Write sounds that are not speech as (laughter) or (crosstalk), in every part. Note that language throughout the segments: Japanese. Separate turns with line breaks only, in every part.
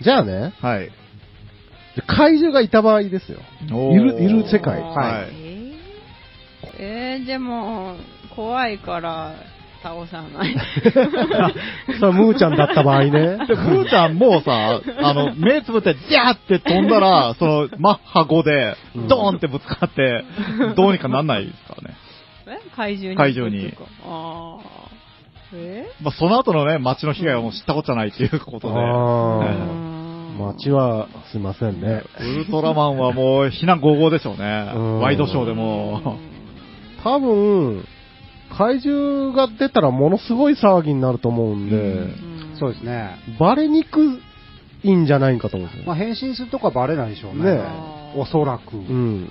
じゃあね、
はい。
怪獣がいた場合ですよ。
おー
いるいる世界
は
え
い。
ーえーでも、怖いから倒さない。
さあ、ムーちゃんだった場合ね。
(laughs) で、ふーちゃんもさ、あの、目つぶって、ジャーって飛んだら、その、マッハ5で
うん、
ドーンってぶつかって、どうにかなんないですからね。
え怪獣に。
怪獣に。
ああ。え
まあ、その後のね、街の被害はもう知ったことじゃないっていうことで。
あ
う
ー
ん
街はすいませんね。
ウルトラマンはもう、避難合々でしょうね。
ん
ワイドショーでも。
多分、怪獣が出たらものすごい騒ぎになると思うんで、
うん
ん
そうですね。
バレにくいんじゃないかと思うんですよ。
まあ、変身するとかバレないでしょうね。
ね
おそらく。
うん。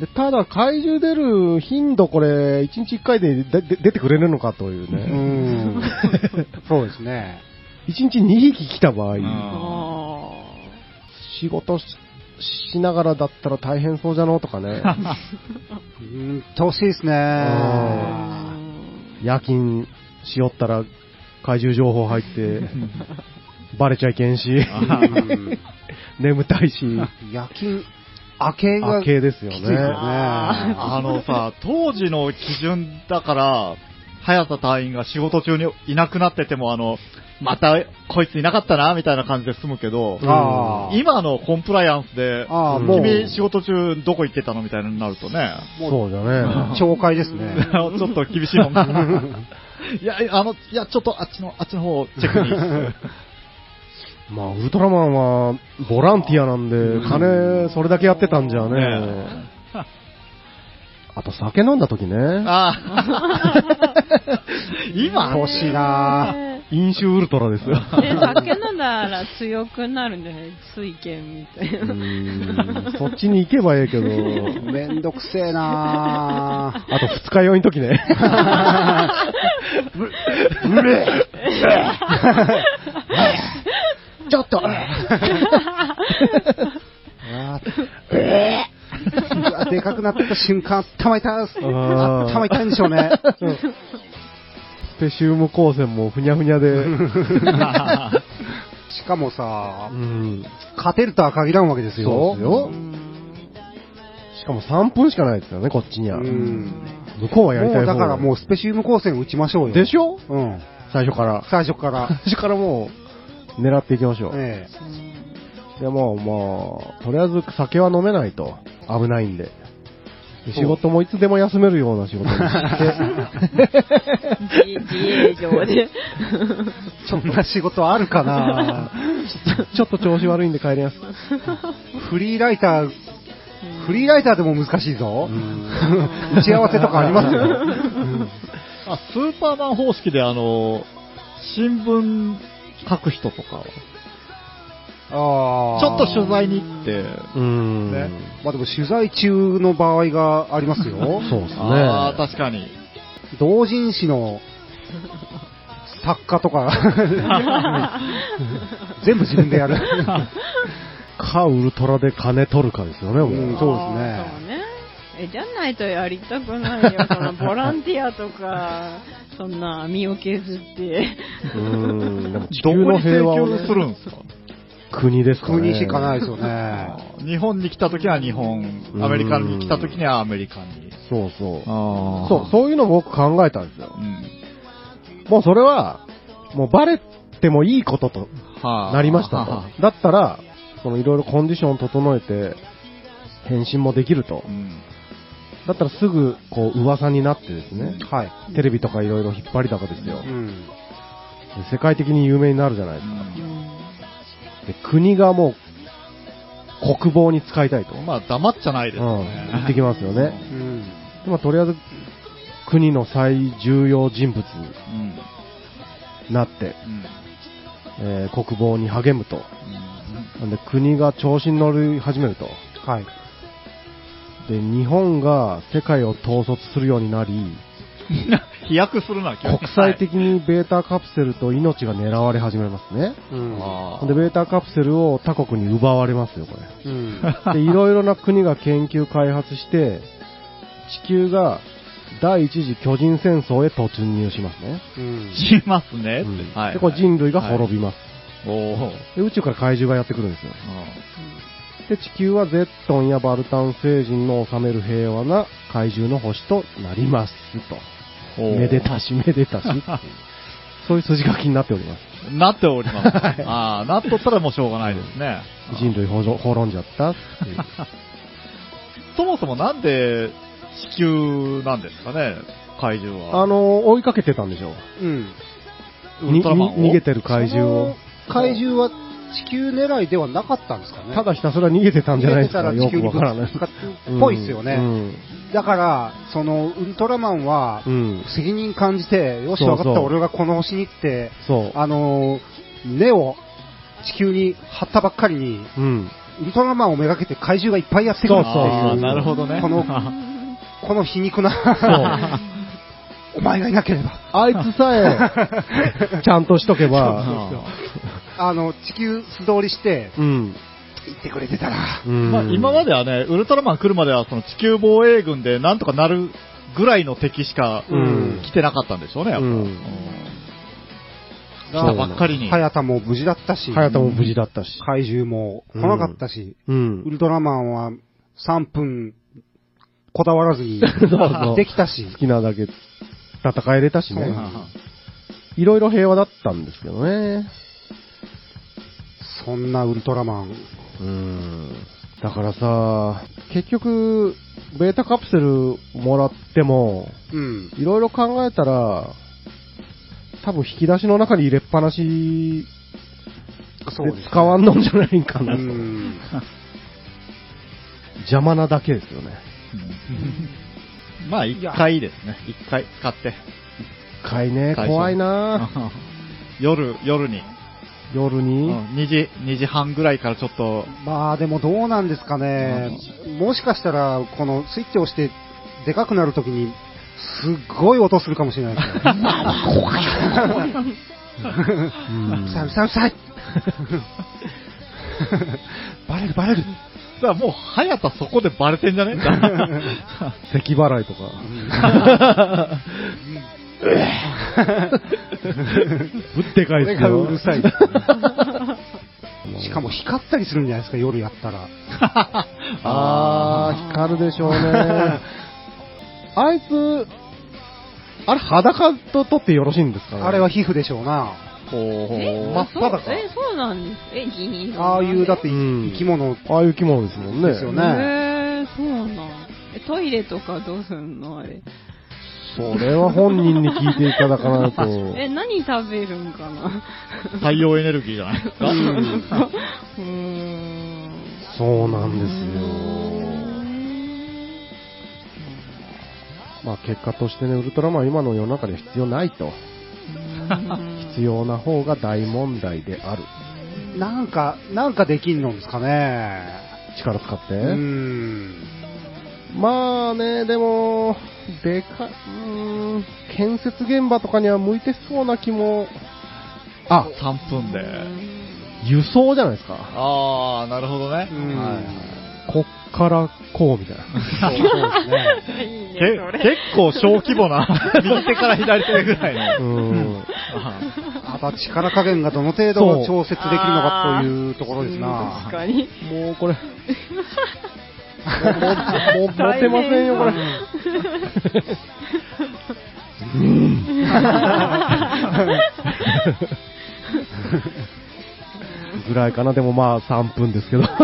でただ、怪獣出る頻度、これ、1日1回ででで出てくれるのかという
う
ね。 (laughs)
ん。そうですね。
1日2匹来た場合、
うん
あ
仕事ししながらだったら大変そうじゃのとか
(laughs)
ね。
うん、楽しいです
ー
ね。
う
あ
ん
夜勤しよったら怪獣情報入って、
(laughs)
バレちゃいけんし、
うん
眠たいし、
夜勤、明けが
明けですよね
きついですよね。
あ
あのさ、当時の基準だから、早田隊員が仕事中にいなくなってても、あの、またこいついなかったな、みたいな感じで済むけど、
あー
今のコンプライアンスで、
あー、もう、
君仕事中どこ行ってたのみたいになるとね、 (laughs)
もう
そうじゃね。
懲戒ですね。
ちょっと厳しい
(laughs)
もんな。いや、あの、いや、ちょっとあっちの、あっちの方をチェックに。
まあ、ウルトラマンはボランティアなんで、金それだけやってたんじゃね
ね。
(laughs) あと酒飲んだ時
(laughs)
ね、
ああ。今
欲しいなぁ。
え
飲酒ウルトラ
(laughs)
ですよ。
酒飲んだら強くなるんじゃない水拳みたいうな。
ーんそっちに行けばええ
(laughs)
けど、
めんどくせえな
あと二日酔いの時ね。
(laughs) うれちょっとあーえーうわでかくなった瞬間、頭痛いっす。
あー
頭痛いんでしょうね。
ペシウム光線もふにゃふにゃで。
しかもさ
う、ん
勝てるとは限らんわけです
そ
よ。
うですよ。しかも3分しかないですよね、こっちには。
う
向
ん
こうはやりた
も
いう方
だからもうスペシウム光線打ちましょうよ。
でしょ
うん。
最初から。
最初から。
最初からもう、狙っていきましょう。
ええ
でも、まあ、とりあえず酒は飲めないと。危ないんで。で仕事もいつでも休めるような仕事にし
(laughs)
て。
(laughs) 自自営業で。
そんな仕事あるかな
(laughs) ちょっと調子悪いんで帰ります。
フリーライター、フリーライターでも難しいぞ。
ん
打ち合わせとかありますよ。
あスーパーマン方式で、あの、新聞書く人とかは、ち
あ
ょっと
取
取材に行って、
うーん。
ね
まあでも取材中の場合がありますよ。
(laughs) そうですね。
ああ、確かに。
同人誌の作家
(laughs)
とか、全部自分
(laughs)
でやる。
か、ウルトラで金取るかですよね、もう。
うんそうですね
あーそうね。え、じゃないとやりたくないよ。そのボランティアと
(laughs)
か、そんな身を削って。
うーんでも地
ど
球
こ
の
に請
平和を、
求す
ね、
るんですか
国ですかね。
国しかないですよね。
日本に来た時は日本、
うん
アメリカに来た時にはアメリカに。
そうそう。
あ
そう、そういうのも僕考えたんですよ
う。ん。
もうそれは、もうバレてもいいことと
はあ
なりました
は
と。だったら、そのいろいろコンディションを整えて、返信もできると
あう。ん。
だったらすぐ、こう、噂になってですね、
はい。
テレビとかいろいろ引っ張りだこですよ
う。ん。
世界的に有名になるじゃないで
う
すか。
ん
で国がもう、国防に使いたいと。
まあ、黙っちゃないですよ
う
ね
ん。言ってきますよね
うん。
今とりあえず、国の最重要人物に
うん。
なって、
うん。
えー国防に励むと。
うん
なんで国が調子に乗り始めると。
はい。
で、日本が世界を統率するようになり、
飛躍するな、急に
国際。的にベータカプセルと命が狙われ始めますね。
うん。
ああ
ほんで、ベータカプセルを他国に奪われますよ、これ。
うん。
で、いろいろな国が研究開発して、地球が第一次巨人戦争へ突入しますね。
うん
しますね
うん
って。はい。
で、これ人類が滅びます。
はいおー
で宇宙から怪獣がやってくるんですよ。
あ
で、地球はゼットンやバルタン星人の治める平和な怪獣の星となります
ー
と。
おー
めでたしめでたし
(laughs)
っていう。そういう筋書きになっております。
なっております。ああ、なっとったらもうしょうがないですね。
人類滅んじゃったっていう。
(laughs) そもそもなんで地球なんですかね、怪獣は。
あの、追いかけてたんでしょう。
うん。
ウルトラマンを
にに逃げてる怪獣を。
その怪獣は地球狙いではなかったんですかね。
ただひたすら逃げてたんじゃないですか。よ
逃
く
げて
わ
た
から
ら
ない
地球に。ぶつかっっぽいですよね。
うん
だから、そのウルトラマンは
う、ん。
責任感じて、よ
そ
し、
うそう
分かった、俺がこの星に行って、
そう。
あのー、根を地球に張ったばっかりに、
うん。
ウルトラマンをめがけて怪獣がいっぱいやってくるってい
そうそう
ああ
そう
なるほどね。 (laughs)
このこの皮肉な、お前がいなければ、
あいつさえ、 (laughs) ちゃんとしとけば、
あ
(laughs) あの、地球素通りして、
うん。
行ってくれてたら、
あまあ、今ま
で、
ではね、ウルトラマン来るまではその地球防衛軍でなんとかなるぐらいの敵しか
うん
来てなかったんでしょうね、やっぱ。
うん
うん来たばっかりに。
早田も無事だったし、
早田も無事だったし。
怪獣も来なかったし、
うん
ウ。ルトラマンは3分こだわらずに
そうそう
できたし
好、きなだけ戦えれたし
そう
ね
な。ん
いろいろ平和だったんですけどね。
そんなウルトラマン、
うん。だからさ、結局、ベータカプセルもらっても、
うん、
いろいろ考えたら、多分引き出しの中に入れっぱなし
そうですね
で使わんのんじゃないんか
う
なと。
ん、
邪魔なだけですよね。
うん (laughs) まあ、一回ですね。一回使って。
一回ね、
最初
怖い
(laughs)
な
(laughs) 夜、夜に。
夜
う
に。
ん2時、2時半ぐらいからちょっと、
まあでもどうなんですかね、もしかしたらこのスイッチを押してでかくなるときに、すっごい音するかもしれないですね。
うん
さささバレるバレる。
だからもう、早田そこでバレてん (laughs) じゃね
咳払いとか。ぶってかい
こ
で
れ
すよ
がうるさい。しかも光ったりするんじゃないですか、夜やったら。
(laughs) あー、光るでし
(laughs)
ょうね。あいつ、あれ裸と撮ってよろしいんですかね
あれは皮膚でしょうな。
お
真っ
そう
裸
え、そうなんです。え、ギニ
ああいう、だって
うん
生き物、
ああいう生き物ですもんね。
ですよね
へえー、そうなん。え、トイレとかどうすんのあれ。
それは本人に聞いていただか
(laughs)
ないと。
え、何食べるんかな (laughs)
太陽エネルギーじゃないですか。
うーん。
そうなんですよ。まあ結果としてね、ウルトラマンは今の世の中には必要ないと。必要な方が大問題である。
なんか、なんかできんのですかね。
力使って。
うん。
まあね、でも、でか、うーん、建設現場とかには向いてそうな気も、あ、
3分で。
輸送じゃないですか。
ああ、なるほどね。
うん
こっからこうみたいな。
うんいいね、
け
それ。
結構小規模な、右手から左手ぐらいの。 (laughs)
うん。
(laughs) あとは力加減がどの程度調節できるのかというところです
うん
な
確。かに。
もうこれ。もう、もう、もうモテませんよ、これ。ぐらいかな、でもまあ3分ですけど。
3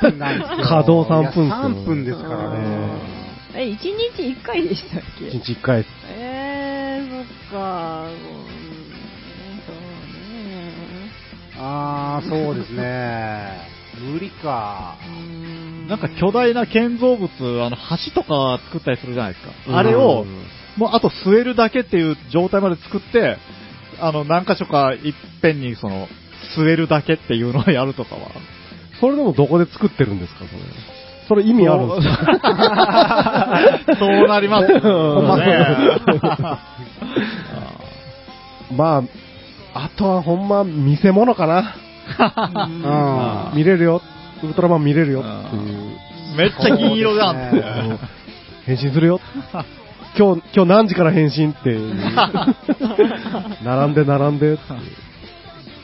分なんですよ
稼働3分
いや3分ですからね。
え、一日一回でしたっけ
1日1回。
えー、そっか。うんそうね。
ああ、そうですね。無理か。
うん
なんか巨大な建造物、あの橋とか作ったりするじゃないです
うん
か。あれを、もうあと据えるだけっていう状態まで作って、あの、何箇所かいっぺんにその、据えるだけっていうのをやるとかは。
それでもどこで作ってるんですか、それ。それ意味あるんですか
(laughs) そうなります
ま
ね。
あそうです
あ
まあ、あとはほんま見せ物かな。
うん。
あ
見れるよ。ウルトラマン見れるよっていう。
ー (laughs) めっちゃ銀色じゃんって。
あの変身する
(laughs)
よ。今日、今日何時から変身っていう。並んで並んでっていう。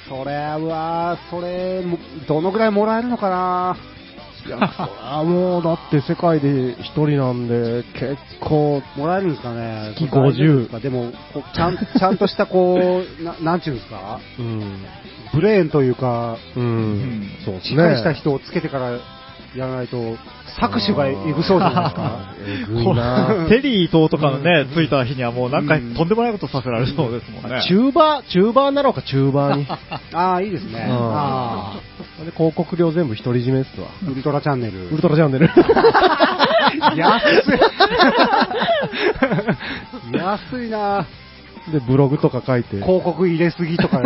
それは、それ、もどのぐらいもらえるのかない
や、そらもう、だって世界で一人なんで、結構、
もらえるんですかね
月50
大丈夫ですかでもこうちゃん、ちゃんとしたこう、 (laughs) ななんちゅうんですか
うん、
ブレーンというか、
うん、そうですね。
しっかりした人をつけてからやらないと、搾取がえぐそうじゃないですか。
えぐい
(laughs)
な
テリー伊藤とかのね、着いた日にはもうなんか
うん
とんでもないことさせられそうですもんね。
チューバー、チューバーなのか、チューバーに。
(laughs) ああ、いいですね。
うん
あ
で広告料全部独り占めっすわ。
あ、ウルトラチャンネル。
ウルトラチャン
(laughs)
ネル。
安い安いな
で、ブログとか書いて、
広告入れすぎとか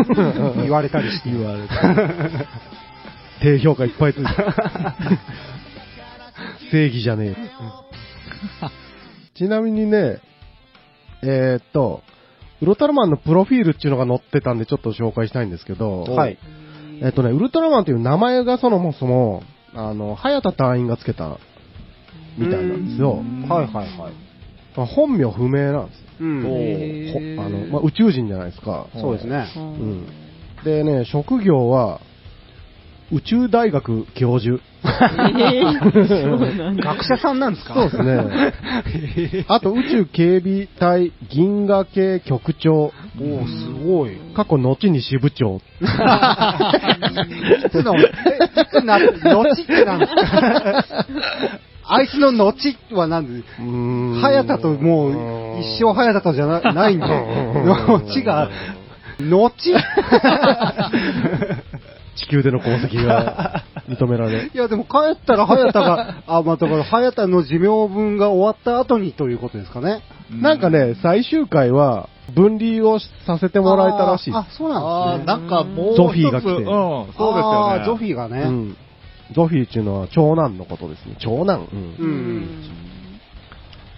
言われたりして。
言われて。低評価いっぱいついて。 (laughs) 正義じゃねえって。ちなみにね、えー、っと、ウルトラマンのプロフィールっていうのが載ってたんでちょっと紹介したいんですけど、
はい。
えっとね、ウルトラマンという名前がそもそも、あの、早田隊員がつけたみたいなんですよ。
はいはいはい。
まあ本名不明なんです
う
お
ん。
ー
よ。ほあのまあ、宇宙人じゃないですか。
そうですね。
う
うんん。でね、職業は、宇宙大学教授。
えーそうなんだ。
学者さんなんです
(laughs)
か
そうです
(laughs)
ね。あと、宇宙警備隊銀河系局長。
おおすごい。
過去、後に支部長。
いつの、えいつな、後ってなんですかあいつの後は何で
うーん
早田ともう、一生早田とじゃなないんで、
うん
(laughs) 後が、
(laughs)
後
地球での功績
(laughs)
が認められ。
いや、でも帰ったら早田 (laughs) が、あ、まあ、だから早田の寿命分が終わった後にということですかね。
なんかね、最終回は、分離をさせてもらえたらしい。
あ、あそうな
あ
ん
ー
ですね。
なんかもう一つ、
ゾフィーが来て
うん、そうですよ
あ
ね。
ーゾフィーが
う
ね。
ん。ゾフィーっていうのは長男のことですね。長男。うん
(laughs) う。
うん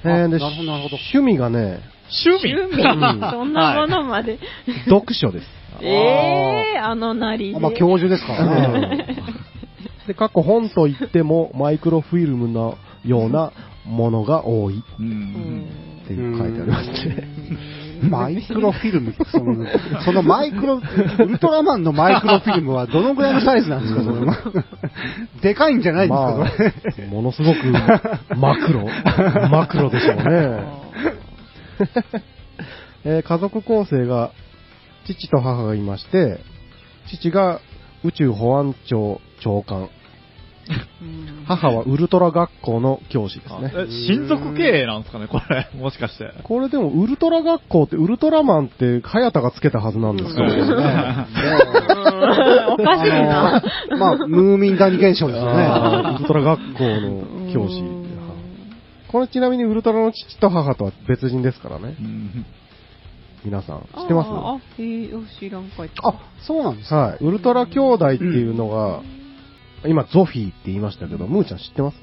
えーで
あなるほどなるほど
趣味がね、
(laughs)
趣味
趣味そんなものまで。
読書です。
ええー、あのなり
あ
で。
まあ、教授ですからね。
で、過去本といっても、マイクロフィルムのようなものが多い
うん
うん
っていう書いてありますね。
マイクロフィルムその、そのマイクロ、ウルトラマンのマイクロフィルムはどのぐらいのサイズなんですか、それは。でかいんじゃないん
ま
ですか、そ
あ、ものすごくマク
(laughs)
ロ、マクロでしょうね。えー家族構成が、父と母がいまして、父が宇宙保安庁長官、
うん
母はウルトラ学校の教師ですね。
え親族経営なんですかね、これ。もしかして。
これでもウルトラ学校ってウルトラマンって早田がつけたはずなんですけど
うん
ね。
れ。
(laughs) おかしいな。
あのまあ、ムーミン谷現象ですよね。
あーウルトラ学校の教師。これちなみにウルトラの父と母とは別人ですからね
う。ん
皆さん。知
し
ってます
あ、えー、知らんかい。
あ、そうなんですか。
はい。ウルトラ兄弟っていうのが、今ゾフィーって言いましたけど、ムーちゃん知ってます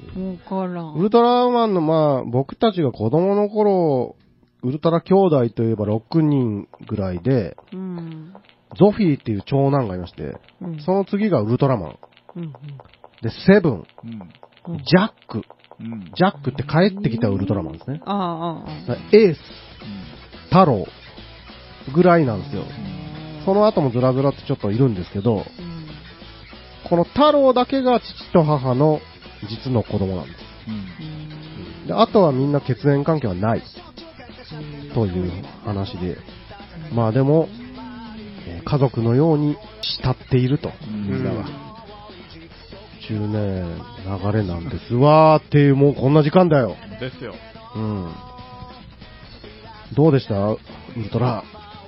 わから
ウ
ん。
ルトラマンのまあ、僕たちが子供の頃、ウルトラ兄弟といえば6人ぐらいで、
うん。
ゾフィーっていう長男がいまして、
うん
その次がウルトラマン。
うん
で、セブン、
うん
うんうん
ジャック。
うん
ジャックって帰ってきたウルトラマンですね。
ああ、あああ
エース、太郎ぐらいなんですよ。その後もずらずらってちょっといるんですけど、
あ。うん
この太郎だけが父と母の実の子供なんです。
うん
で、あとはみんな血縁関係はない。という話で。まあでも、えー家族のように慕っていると。みんなが。中年流れなんですわーっていう、もうこんな時間だよ。
ですよ。
うん。どうでしたウルトラ、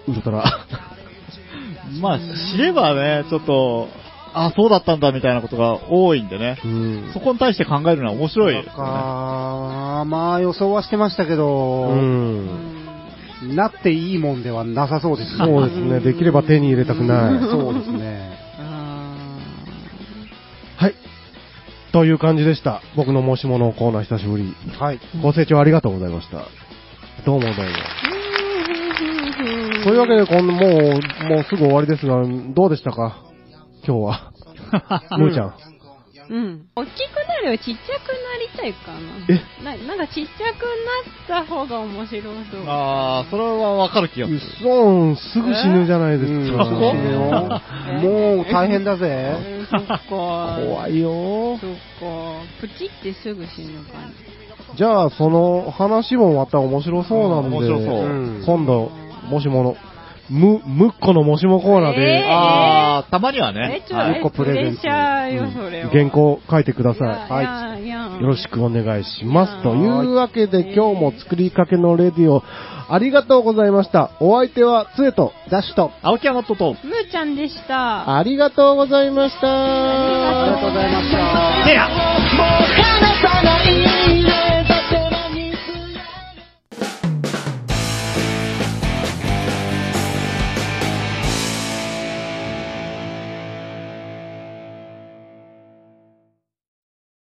ウルトラ。
まあ、知ればね、ちょっと、あ、そうだったんだみたいなことが多いんでね。
うん
そこに対して考えるのは面白いです
な
よ
んか、まあ予想はしてましたけ
う
ど、
ん。
なっていいもんではなさそうですね。
そうですね。できれば手に入れたくない。
そうですね。
あ
はい。という感じでした。僕の申し物のコーナー久しぶり。
はい。
ご清聴ありがとうございました。どうもどうも。
ー
というわけで、このもう、
(laughs)
もうすぐ終わりですが、どうでしたか今日は。むーちゃん。
うん。大きくなるよりちっちゃくなりたいかな。えななんかちっちゃくなった方が面白そう。
ああ、それはわかる気がす
うっ
る。
そーん、すぐ死ぬじゃないです
うん
か。
そうそう
もう大変だぜ。
えーそっか。
怖いよ
そっか。プチってすぐ死ぬ感じ。
じゃあ、その話もまた面白そうなんで、
面白そう
うん
今度、もしもの、む、むっこのもしもコーナー
え
で、
ああ、たまには
え
ね、。
ちょ、え
一個
プ
プレゼ
レ
ン
ッ
ト
シャーよ、それは。
原稿書いてください。
はいや。いや
よろし。くお願いします。と
はい
いうわけで、今日も作りかけのレディオ、ありがとうございました。お相手は、つえと、ダッシュと、
青木山とと、
むーちゃんでした。
ありがとうございました。
ありがとうございました
てや